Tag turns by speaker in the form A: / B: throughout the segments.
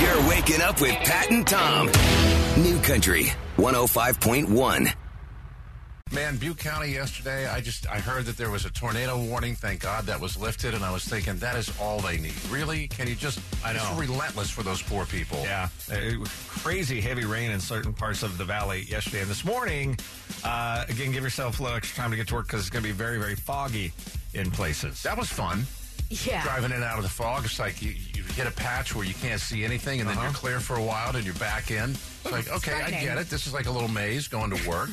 A: You're waking up with Pat and Tom. New Country 105.1.
B: Man, Butte County yesterday, I just I heard that there was a tornado warning. Thank God that was lifted, and I was thinking that is all they need. Really? Can you just?
C: I
B: It's
C: know.
B: relentless for those poor people.
C: Yeah, it was crazy heavy rain in certain parts of the valley yesterday and this morning. Uh, again, give yourself a little extra time to get to work because it's going to be very, very foggy in places.
B: That was fun.
D: Yeah.
B: Driving in and out of the fog, it's like you, you hit a patch where you can't see anything, and then you're clear for a while, and you're back in. It's like, okay, I
D: frightening.
B: get it. This is like a little maze going to work.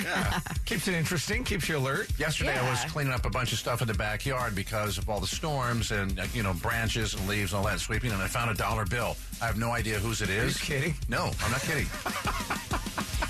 C: Keeps it interesting, keeps you alert.
B: Yesterday, I was
D: Yeah.
B: cleaning up a bunch of stuff in the backyard because of all the storms and uh, you know branches and leaves and all that sweeping, and I found a dollar bill. I have no idea whose it is.
C: kidding?
B: No, I'm not kidding.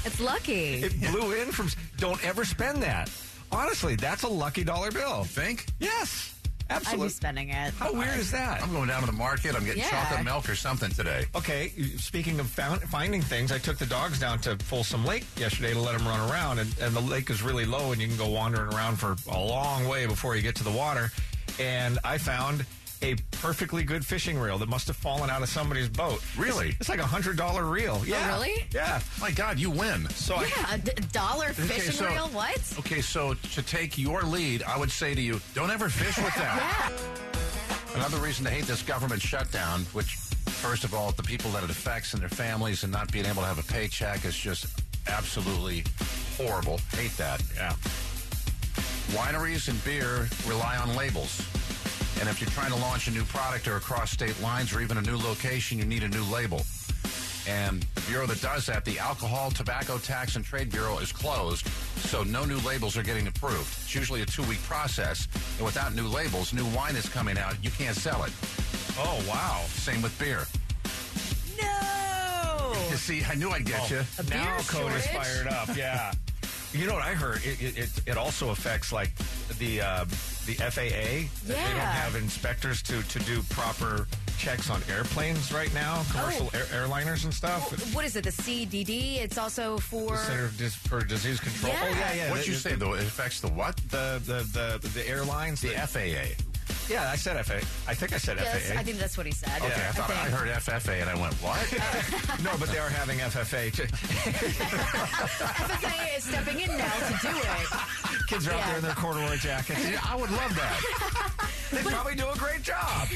D: It's lucky.
C: It blew in from. Don't ever spend that. Honestly, that's a lucky dollar bill.
B: Think?
C: Yes,
D: I'd be
C: absolutely.
D: spending it.
C: How weird is that?
B: I'm going down to the market. I'm getting
D: Yeah.
B: chocolate milk or something today.
C: Okay, speaking of found, finding things, I took the dogs down to Folsom Lake yesterday to let them run around, and, and the lake is really low, and you can go wandering around for a long way before you get to the water. And I found a perfectly good fishing reel that must have fallen out of somebody's boat.
B: Really?
C: It's, it's like a hundred dollar reel. Yeah.
D: really?
C: Yeah.
B: My God, you win.
C: So
D: Yeah,
C: I.
D: a d- dollar fishing
B: so-
D: reel? What?
B: Okay, so to take your lead, I would say to you, don't ever fish with that. Another reason to hate this government shutdown, which, first of all, the people that it affects and their families and not being able to have a paycheck is just absolutely horrible. Hate that.
C: Yeah.
B: Wineries and beer rely on labels. And if you're trying to launch a new product or across state lines or even a new location, you need a new label. And the bureau that does that, the Alcohol, Tobacco Tax and Trade Bureau, is closed, so no new labels are getting approved. It's usually a two week process. And without new labels, new wine is coming out, you can't sell it.
C: Oh wow.
B: Same with beer.
D: No.
B: You see, I knew I'd get you.
C: Oh, now
D: beer
C: code is
D: shortage?
C: fired up. Yeah. you know what I heard? It it, it, it also affects like the uh, the FAA. They don't
D: Yeah.
C: have inspectors to to do proper checks on airplanes right now, commercial air, airliners and stuff.
D: Oh. Well, what is it? The CDD? It's also for.
C: The Center of Dis- for Disease Control.
D: Yeah.
C: Oh yeah, yeah.
B: What'd
C: The-
B: you say, though? It affects the what?
C: The the the, the airlines.
B: The
C: that-
B: FAA.
C: yeah, I said FAA. I think I said
D: Yes,
C: FAA.
D: I think that's what he said.
B: Okay, I thought I,
D: think.
B: heard FFA and I went, what?
C: no, but they are having FFA.
D: FFA is stepping in now to do it.
C: Kids are out
D: Yeah.
C: there in their corduroy jackets.
B: Yeah, I would love that.
C: They probably do a great job.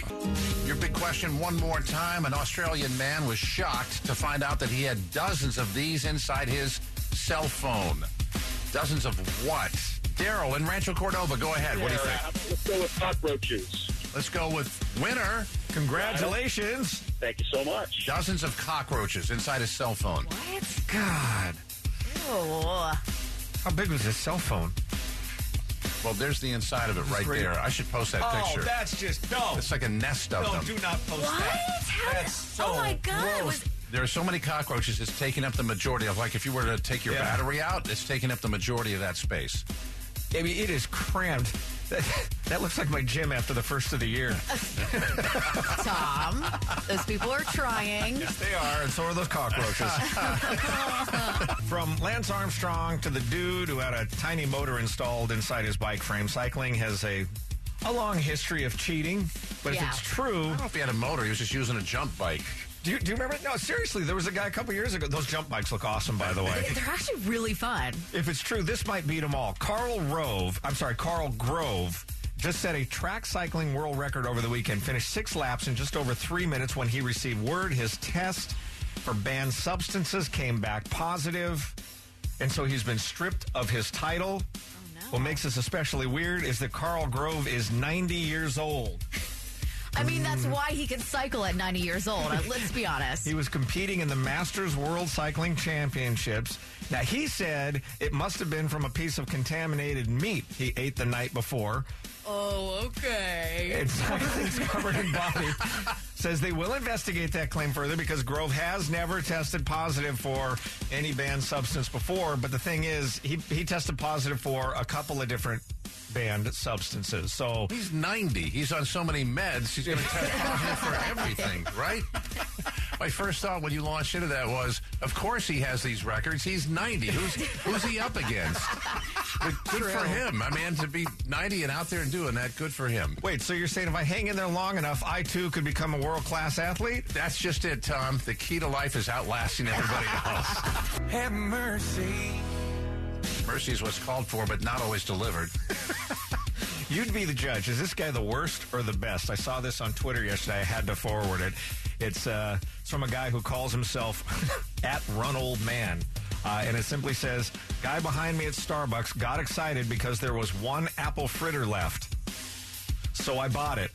B: Your big question one more time. An Australian man was shocked to find out that he had dozens of these inside his cell phone. Dozens of what? Daryl in Rancho Cordova, go ahead. What do you think?
E: Let's go with cockroaches.
B: Let's go with winner.
C: Congratulations.
E: Thank you so much.
B: Dozens of cockroaches inside his cell phone.
D: What?
C: God.
D: Oh.
C: How big was his cell phone?
B: Well, there's the inside of it right
C: right-
B: there. I should post that
C: Oh,
B: picture.
C: that's just no,
B: It's like a nest of them.
C: not post
D: What? How
C: That's so
D: oh my God.
C: gross.
D: Was,
B: There are so many cockroaches, it's taking up the majority of, like, if you were to take your
C: Yeah.
B: battery out, it's taking up the majority of that space.
C: I mean, it is cramped. That, that looks like my gym after the first of the year.
D: Tom, those people are trying.
C: they are, and so are those cockroaches. From Lance Armstrong to the dude who had a tiny motor installed inside his bike frame, cycling has a a long history of cheating. But
D: Yeah.
C: if it's true,
B: I don't know if he had a motor, he was just using a jump bike.
C: do you, do you remember? No, seriously, there was a guy a couple years ago. Those jump bikes look awesome, by the way.
D: They're actually really fun.
C: If it's true, this might beat them all. Carl Rove, I'm sorry, Carl Grove, just set a track cycling world record over the weekend, finished six laps in just over three minutes when he received word his test for banned substances came back positive, And so he's been stripped of his title.
D: no.
C: What makes this especially weird is that Carl Grove is 90 years old.
D: I mean,
B: Mm.
D: that's why he can cycle at 90 years old. Uh, Let's be honest.
C: He was competing in the Masters World Cycling Championships. Now, he said it must have been from a piece of contaminated meat he ate the night before.
D: Oh, okay.
C: And Cycling's governing body says they will investigate that claim further because Grove has never tested positive for any banned substance before. But the thing is, he, he tested positive for a couple of different banned substances. So
B: He's 90. He's on so many meds. He's going to test positive for everything, right? My first thought when you launched into that was, of course he has these records. He's 90. Who's who's he up against? But good for him. I mean, to be 90 and out there and doing that, good for him.
C: wait, so you're saying if I hang in there long enough, I too could become a world class athlete?
B: That's just it, Tom. The key to life is outlasting everybody else.
F: Have mercy.
B: Mercy is what's called for, but not always delivered.
C: You'd be the judge. Is this guy the worst or the best? I saw this on Twitter yesterday. I had to forward it. It's, uh, it's from a guy who calls himself at Run Old Man. Uh, and it simply says, Guy behind me at Starbucks got excited because there was one apple fritter left. So I bought it.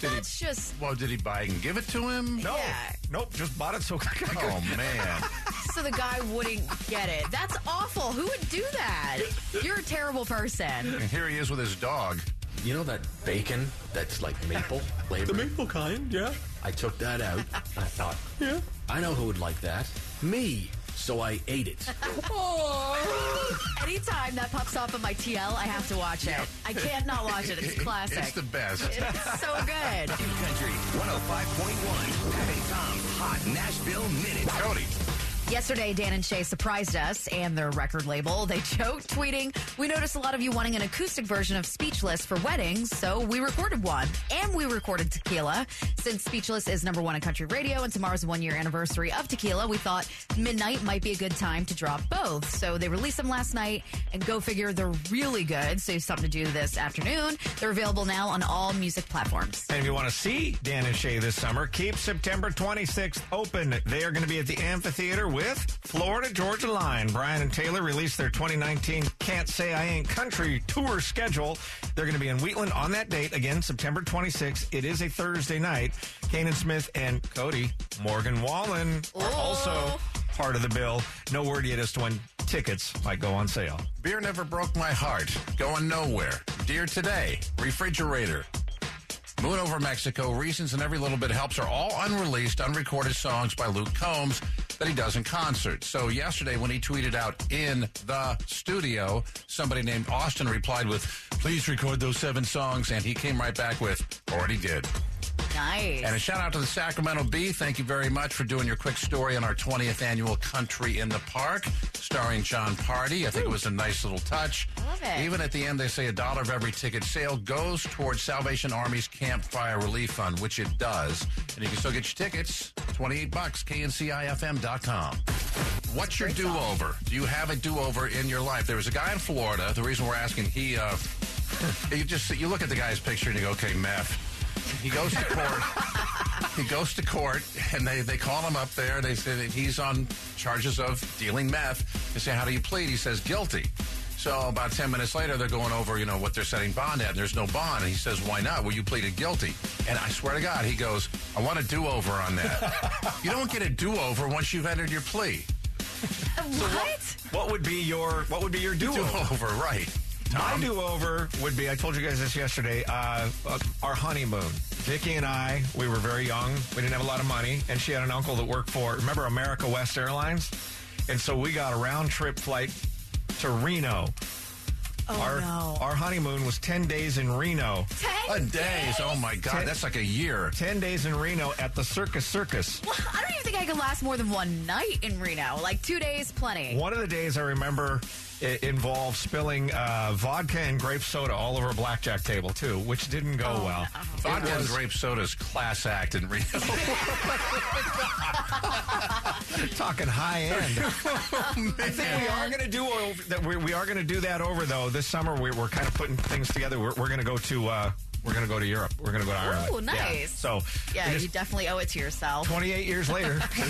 D: That's just
B: Well, did he buy it and give it to him?
C: No.
D: Yeah.
C: Nope. Just bought it so
B: Oh, man.
D: so the guy wouldn't get it. That's awful. Who would do that? You're a terrible person.
B: And here he is with his dog.
G: You know that bacon that's like maple flavored?
F: Maple kind, yeah.
G: I took that out. I thought,
F: Yeah.
G: I know who would like that. Me. So I ate it.
D: Anytime that pops off of my TL, I have to watch it. I can't not watch it. It's classic.
B: It's the best.
D: It's so good.
A: New Country 105.1. Pat and Tom Hot Nashville Minute.
B: Cody.
D: Yesterday, Dan and Shay surprised us and their record label. They joked, tweeting, We noticed a lot of you wanting an acoustic version of Speechless for weddings, so we recorded one. And we recorded Tequila. Since Speechless is number one on country radio and tomorrow's one year anniversary of Tequila, we thought midnight might be a good time to drop both. So they released them last night, and go figure, they're really good. So you have something to do this afternoon. They're available now on all music platforms.
C: And if you want to see Dan and Shay this summer, keep September 26th open. They are going to be at the amphitheater with Florida Georgia Line. Brian and Taylor released their 2019 Can't Say I Ain't Country tour schedule. They're going to be in Wheatland on that date, again, September 26th. It is a Thursday night. Kanan Smith and Cody Morgan Wallen are
D: Ooh.
C: also part of the bill. No word yet as to when tickets might go on sale.
B: Beer never broke my heart. Going nowhere. Dear today. Refrigerator. Moon over Mexico. Reasons and every little bit helps are all unreleased, unrecorded songs by Luke Combs that he does in concert. So yesterday, when he tweeted out in the studio, somebody named Austin replied with, "Please record those seven songs," and he came right back with, "Already did."
D: Nice.
B: And a shout out to the Sacramento Bee. Thank you very much for doing your quick story on our 20th annual Country in the Park, starring John Party. I think it was a nice little touch.
D: Love it.
B: Even at the end, they say a dollar of every ticket sale goes towards Salvation Army's Campfire Relief Fund, which it does. And you can still get your tickets, 28 bucks, kncifm.com. What's your do over? Do you have a do over in your life? There was a guy in Florida. The reason we're asking, he, uh, you just you look at the guy's picture and you go, okay, meth. He goes to court. he goes to court, and they, they call him up there. They say that he's on charges of dealing meth. They say, how do you plead? He says, guilty. So about 10 minutes later, they're going over, you know, what they're setting bond at. And there's no bond. And he says, why not? Well, you pleaded guilty. And I swear to God, he goes, I want a do-over on that. you don't get a do-over once you've entered your plea.
D: what?
C: What would be your what would be your do
B: Do-over, right.
C: My do over would be I told you guys this yesterday. Uh, uh, our honeymoon. Vicky and I, we were very young. We didn't have a lot of money, and she had an uncle that worked for remember America West Airlines, and so we got a round trip flight to Reno.
D: Oh,
C: our
D: no.
C: our honeymoon was ten days in Reno.
B: A
D: Ten
B: days. Oh, my God. That's like a year.
C: Ten days in Reno at the Circus Circus.
D: Well, I don't even think I could last more than one night in Reno. Like two days, plenty.
C: One of the days I remember it involved spilling uh, vodka and grape soda all over a blackjack table too, which didn't go
D: Oh,
C: well.
B: Vodka and grape soda's class act in Reno.
C: Talking high end. I think we are going to do over, that. We, we are going to do that over though this summer. We, we're kind of putting things together. We're, we're going to go to uh, we're going to go to Europe. We're going to go to Ireland.
D: Ooh,
C: Yeah.
D: nice.
C: So
D: Yeah,
C: it is
D: you definitely owe it to yourself.
C: 28 years later.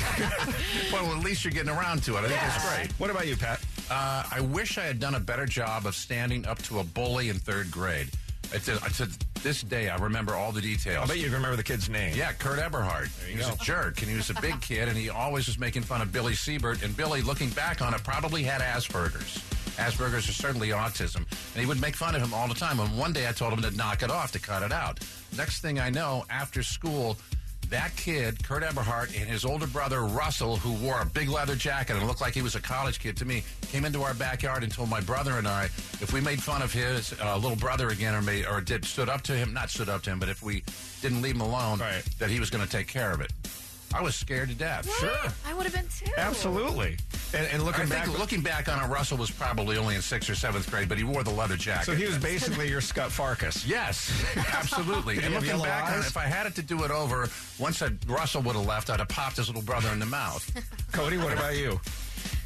B: Well, at least you're getting around to it. I think that's great.
C: what about you, Pat?
B: Uh, I wish I had done a better job of standing up to a bully in third grade. I said, I said this day I remember all the
C: I
B: details.
C: bet you remember the kid's name.
B: Yeah, Kurt Eberhard. He was a jerk, and he was a big kid, and he always was making fun of Billy Siebert. And Billy, looking back on it, probably had Asperger's. Asperger's are certainly autism. And he would make fun of him all the time. And one day I told him to knock it off, to cut it out. Next thing I know, after school, that kid, Kurt Eberhardt, and his older brother, Russell, who wore a big leather jacket and looked like he was a college kid to me, came into our backyard and told my brother and I if we made fun of his uh, little brother again or made, or did stood up to him, not stood up to him, but if we didn't leave him alone,
C: Right.
B: that he was going to take care of it. I was scared to death.
C: Sure.
D: I would have been too.
C: Absolutely. And, and
B: I
C: looking
B: think
C: back,
B: looking back on it, Russell was probably only in sixth or seventh grade, but he wore the leather jacket.
C: so he was basically your Scott Farkas.
B: Yes, absolutely.
C: he
B: and
C: have
B: looking
C: yellow
B: back on
C: eyes?
B: it, if I had it to do it over, once I'd, Russell would have left, I'd have popped his little brother in the mouth.
C: Cody, what about you?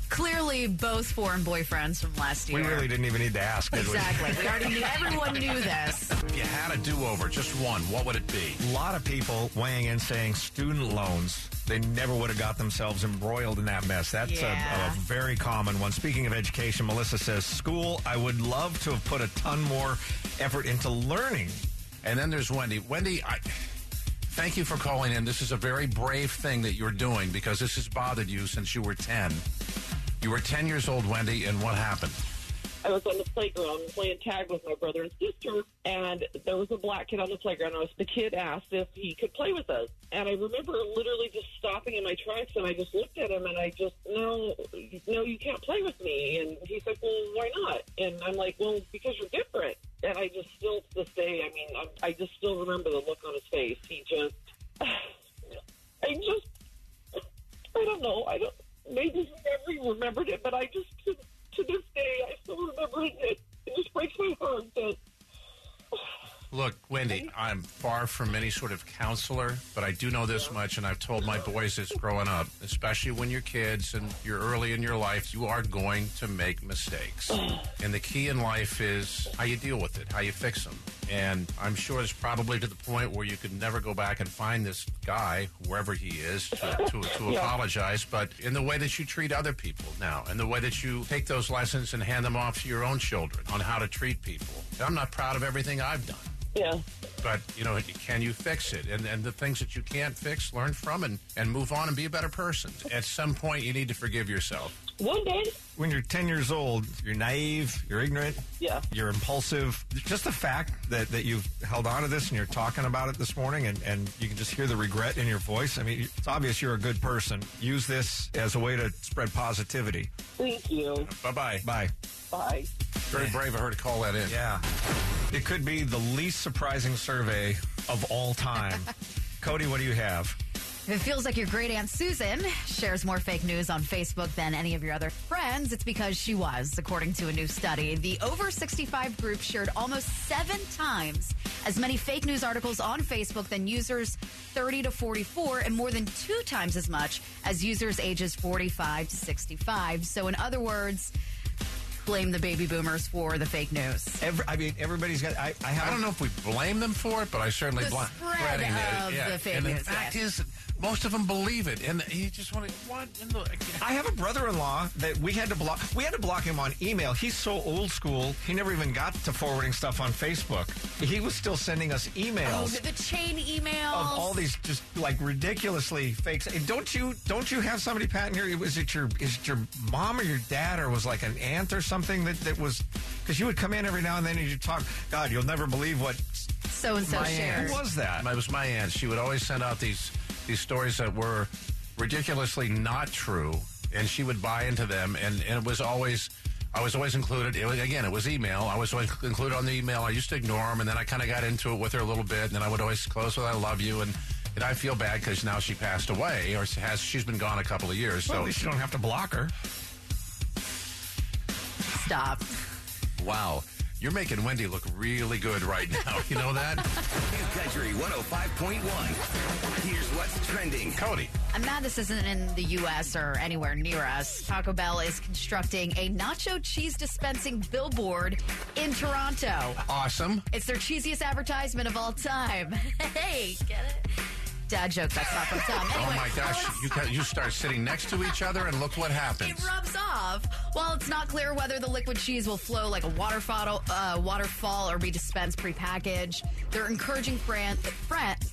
D: Clearly, both foreign boyfriends from last year.
C: We really didn't even need to ask, did we?
D: Exactly. We already knew. Everyone knew this.
B: if you had a do over, just one, what would it be?
C: A lot of people weighing in saying student loans, they never would have got themselves embroiled in that mess. That's
D: Yeah.
C: a, a very common one. Speaking of education, Melissa says, school, I would love to have put a ton more effort into learning.
B: And then there's Wendy. Wendy, I. Thank you for calling in. This is a very brave thing that you're doing because this has bothered you since you were 10. You were 10 years old, Wendy, and what happened?
H: I was on the playground playing tag with my brother and sister, and there was a black kid on the playground. And I was, the kid asked if he could play with us, and I remember literally just stopping in my tracks, and I just looked at him, and I just, no, no, you can't play with me. And he's like, well, why not? And I'm like, well, because you're different. And I just still to this day, I mean, I'm, I just still remember the look on his face. He just, I just I don't know. I don't. Maybe he never remembered it, but I just to, to this day I still remember it. It, it just breaks my heart that
B: Look, Wendy, I'm far from any sort of counselor, but I do know this much, and I've told my boys this growing up, especially when you're kids and you're early in your life, you are going to make mistakes. And the key in life is how you deal with it, how you fix them. And I'm sure it's probably to the point where you could never go back and find this guy, wherever he is, to, to, to apologize. But in the way that you treat other people now, and the way that you take those lessons and hand them off to your own children on how to treat people. I'm not proud of everything I've done
H: yeah.
B: but you know can you fix it and and the things that you can't fix learn from and and move on and be a better person at some point you need to forgive yourself
H: One day,
C: When you're 10 years old, you're naive, you're ignorant,
H: Yeah.
C: you're impulsive. Just the fact that, that you've held on to this and you're talking about it this morning and, and you can just hear the regret in your voice. I mean, it's obvious you're a good person. Use this as a way to spread positivity.
H: thank you.
B: bye-bye
C: Bye.
H: Bye.
B: very brave of her to call that in
C: Yeah. It could be the least surprising survey of all time. Cody, what do you have?
D: If it feels like your great aunt Susan shares more fake news on Facebook than any of your other friends, it's because she was, according to a new study. The over 65 group shared almost seven times as many fake news articles on Facebook than users 30 to 44, and more than two times as much as users ages 45 to 65. So, in other words, blame the baby boomers for the fake news.
C: Every, I mean, everybody's got. I, I have.
B: i don't know if we blame them for it but i certainly
D: The
B: blame
D: spread of the fake
B: and the
D: news,
B: fact
D: yes.
B: is most of them believe it and you just want to what in the
C: I have a brother-in-law that we had to block. We had to block him on email. He's so old school. He never even got to forwarding stuff on Facebook. He was still sending us
D: Oh,
C: emails
D: the, the chain emails.
C: of all these just like ridiculously fake. And don't you don't you have somebody Pat in here? Was it your is it your mom or your dad or was like an aunt or something that that was because you would come in every now and then and you'd talk. God, you'll never believe what
D: so and so
C: my
D: shares.
C: aunt. Who was that?
B: it was my aunt she would always send out these these stories that were ridiculously not true and she would buy into them and, and it was always I was always included. It was, again, it was email. I was always included on the email. I used to ignore them, and then I kind of got into it with her a little bit. And then I would always close with "I love you," and, and I feel bad because now she passed away, or she has she's been gone a couple of years.
C: Well,
B: So
C: at least you don't have to block her.
D: Stop.
B: wow, you're making Wendy look really good right now. You know that,
A: New Country 105.1. Here's what's trending.
B: Cody?
D: I'm mad this isn't in the U.S. or anywhere near us. Taco Bell is constructing a nacho cheese dispensing billboard in Toronto.
B: Awesome.
D: It's their cheesiest advertisement of all time. Hey, get it? Dad joke. That's not from Tom.
B: Oh
D: Anyway,
B: my gosh,
D: well, it's-
B: you ca- you start sitting next to each other, and look what happens.
D: it rubs off. While it's not clear whether the liquid cheese will flow like a waterfall, uh, waterfall or be dispensed prepackaged, they're encouraging brand, fran- fans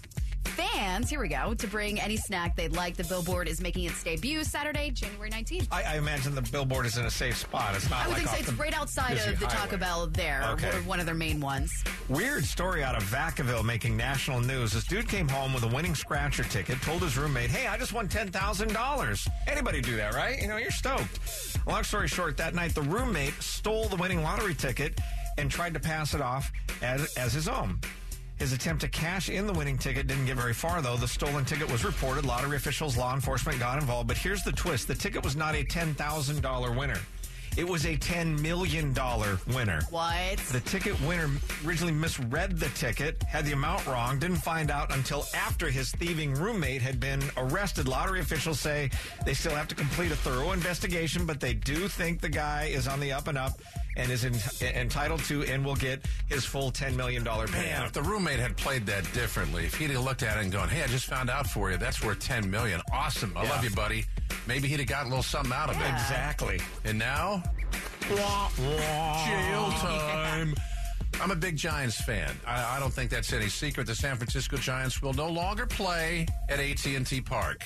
D: plans, here we go, to bring any snack they'd like. The billboard is making its debut Saturday, January 19th.
C: I, I imagine the billboard is in a safe spot. It's not
D: I would
C: like
D: think so.
C: off
D: It's
C: the
D: right outside
C: busy
D: of the
C: highway.
D: Taco Bell there,
C: Okay.
D: or one of their main ones.
C: Weird story out of Vacaville making national news. This dude came home with a winning scratcher ticket, told his roommate, Hey, I just won $10,000. Anybody do that, right? You know, you're stoked. Long story short, that night the roommate stole the winning lottery ticket and tried to pass it off as, as his own. His attempt to cash in the winning ticket didn't get very far, though. The stolen ticket was reported. Lottery officials, law enforcement got involved. But here's the twist the ticket was not a $10,000 winner, it was a $10 million winner.
D: What?
C: The ticket winner originally misread the ticket, had the amount wrong, didn't find out until after his thieving roommate had been arrested. Lottery officials say they still have to complete a thorough investigation, but they do think the guy is on the up and up and is en- entitled to and will get his full $10 million
B: Man, if
C: payout.
B: the roommate had played that differently, if he'd have looked at it and gone, "Hey, I just found out for you. That's worth ten million. Awesome. I
C: Yeah.
B: love you, buddy." Maybe he'd have got a little something out of it.
C: Exactly.
B: And now, jail time. I'm a big Giants fan. I, I don't think that's any secret. The San Francisco Giants will no longer play at AT&T Park.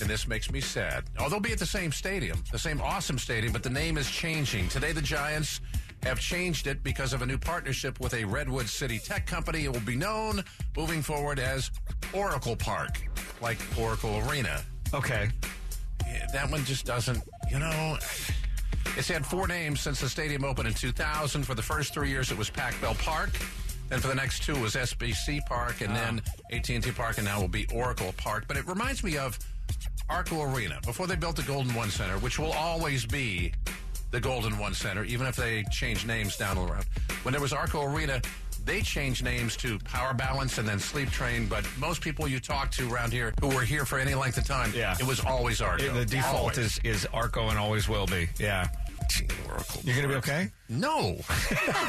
B: And this makes me sad. Oh, they'll be at the same stadium, the same awesome stadium, but the name is changing. Today, the Giants have changed it because of a new partnership with a Redwood City tech company. It will be known moving forward as Oracle Park, like Oracle Arena.
C: Okay.
B: Yeah, that one just doesn't, you know. It's had four names since the stadium opened in 2000. For the first three years, it was Pac Bell Park. Then for the next two, it was SBC Park, and then AT&T Park, and now will be Oracle Park. But it reminds me of Oracle Arena before they built the Golden One Center, which will always be the Golden One Center, even if they change names down the road. When there was Oracle Arena, they changed names to Power Balance and then Sleep Train. But most people you talk to around here who were here for any length of time,
C: Yeah.
B: it was always Arco.
C: It- the
B: Always.
C: default is, is ARCO and always will be. Yeah. You're going to be okay?
B: No.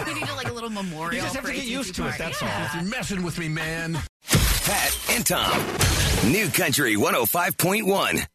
D: we need like a little memorial.
C: You just have
D: for
C: to get
D: AT&T
C: used to it,
D: Park.
C: that's
D: Yeah.
B: You're messing with me, man.
A: oh Pat and Tom. New Country 105.1.